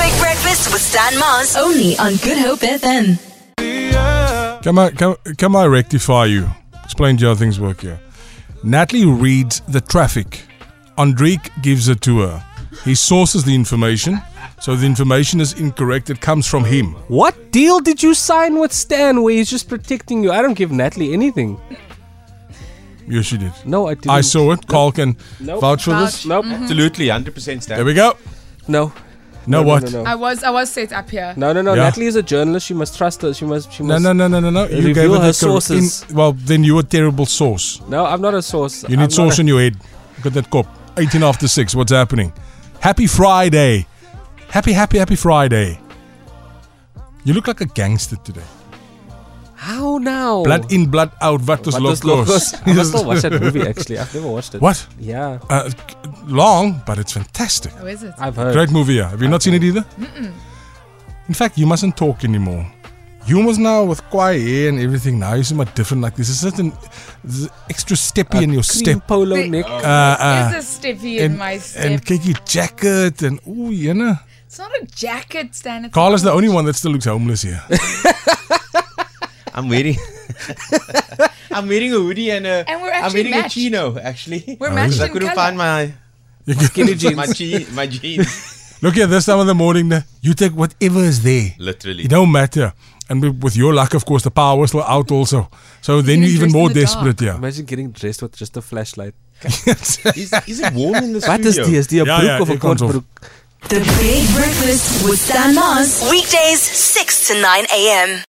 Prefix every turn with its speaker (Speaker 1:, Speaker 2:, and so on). Speaker 1: Breakfast with Stan Mars.
Speaker 2: Only on Good Hope FM.
Speaker 3: Come I, come, come I rectify you? Explain to you how things work here. Natalie reads the traffic. Andrique gives it to her. He sources the information, so the information is incorrect. It comes from him.
Speaker 4: What deal did you sign with Stan where he's just protecting you? I don't give Natalie anything.
Speaker 3: Yes, she did.
Speaker 4: No, I didn't.
Speaker 3: I saw it. Carl can
Speaker 4: Nope.
Speaker 3: vouch for this.
Speaker 4: Nope.
Speaker 5: Absolutely, 100%
Speaker 3: There
Speaker 5: Stan.
Speaker 3: we go.
Speaker 4: No.
Speaker 3: No,
Speaker 4: no,
Speaker 3: what?
Speaker 4: No, no, no.
Speaker 6: I was I was set up here.
Speaker 4: No, no, no.
Speaker 3: Yeah.
Speaker 4: Natalie is a journalist. She must trust her. She must. She
Speaker 3: No,
Speaker 4: must.
Speaker 3: no, no, no, no, no. You
Speaker 4: Reveal
Speaker 3: gave it
Speaker 4: her
Speaker 3: the cor-
Speaker 4: sources.
Speaker 3: in- well, then you're a terrible source.
Speaker 4: No, I'm not a source.
Speaker 3: You need
Speaker 4: I'm
Speaker 3: sauce
Speaker 4: Not
Speaker 3: in your head. Look at that cop. 18 after 6. What's happening? Happy Friday. Happy, happy, happy Friday. You look like a gangster today.
Speaker 4: a, how now?
Speaker 3: Blood in, blood out. What Oh. is
Speaker 4: What
Speaker 3: los
Speaker 4: was
Speaker 3: los?
Speaker 4: Locos? I must not watch that movie. Actually, I've never watched it.
Speaker 3: What?
Speaker 4: Yeah,
Speaker 3: Uh, c- long, but it's fantastic.
Speaker 6: How is it?
Speaker 4: I've heard.
Speaker 3: Great movie, yeah. Have you not seen it either? In fact, you mustn't talk anymore. Humor's now with quiet hair and everything. Now you seem a different. Like this is such an there's an extra steppy in your
Speaker 4: Cream
Speaker 3: step.
Speaker 4: polo
Speaker 6: The-
Speaker 4: neck.
Speaker 3: Uh, uh,
Speaker 6: There's a steppy in
Speaker 3: and
Speaker 6: my step.
Speaker 3: and kiki jacket and ooh, you know.
Speaker 6: it's not a jacket, Stan. It's
Speaker 3: Carl
Speaker 6: a
Speaker 3: is the
Speaker 6: coat.
Speaker 3: only one that still looks homeless here.
Speaker 5: I'm wearing. I'm wearing a hoodie and a.
Speaker 6: And we're
Speaker 5: I'm
Speaker 6: actually
Speaker 5: wearing
Speaker 6: matched.
Speaker 5: a chino actually.
Speaker 3: Oh,
Speaker 6: We're
Speaker 5: Because
Speaker 6: matched
Speaker 5: I
Speaker 6: in
Speaker 5: couldn't
Speaker 6: colour.
Speaker 5: find my
Speaker 3: You can-
Speaker 4: Skinny jeans.
Speaker 5: my, je- my jeans.
Speaker 3: Look at this time of the morning. uh, You take whatever is there.
Speaker 5: Literally.
Speaker 3: It don't matter. And with- with your luck, of course, the power was still out also. So then you're even
Speaker 6: dressed in
Speaker 3: more
Speaker 6: the
Speaker 3: desperate, yeah.
Speaker 4: Imagine getting dressed with just a flashlight.
Speaker 5: Is, is it warm in the
Speaker 4: What is
Speaker 5: studio?
Speaker 4: this? The
Speaker 3: Yeah, yeah,
Speaker 4: broek of
Speaker 3: here
Speaker 4: a
Speaker 3: comes
Speaker 4: court
Speaker 3: off.
Speaker 4: broek.
Speaker 2: The Big Breakfast with Stan Mars.
Speaker 1: Weekdays 6 to 9 a.m.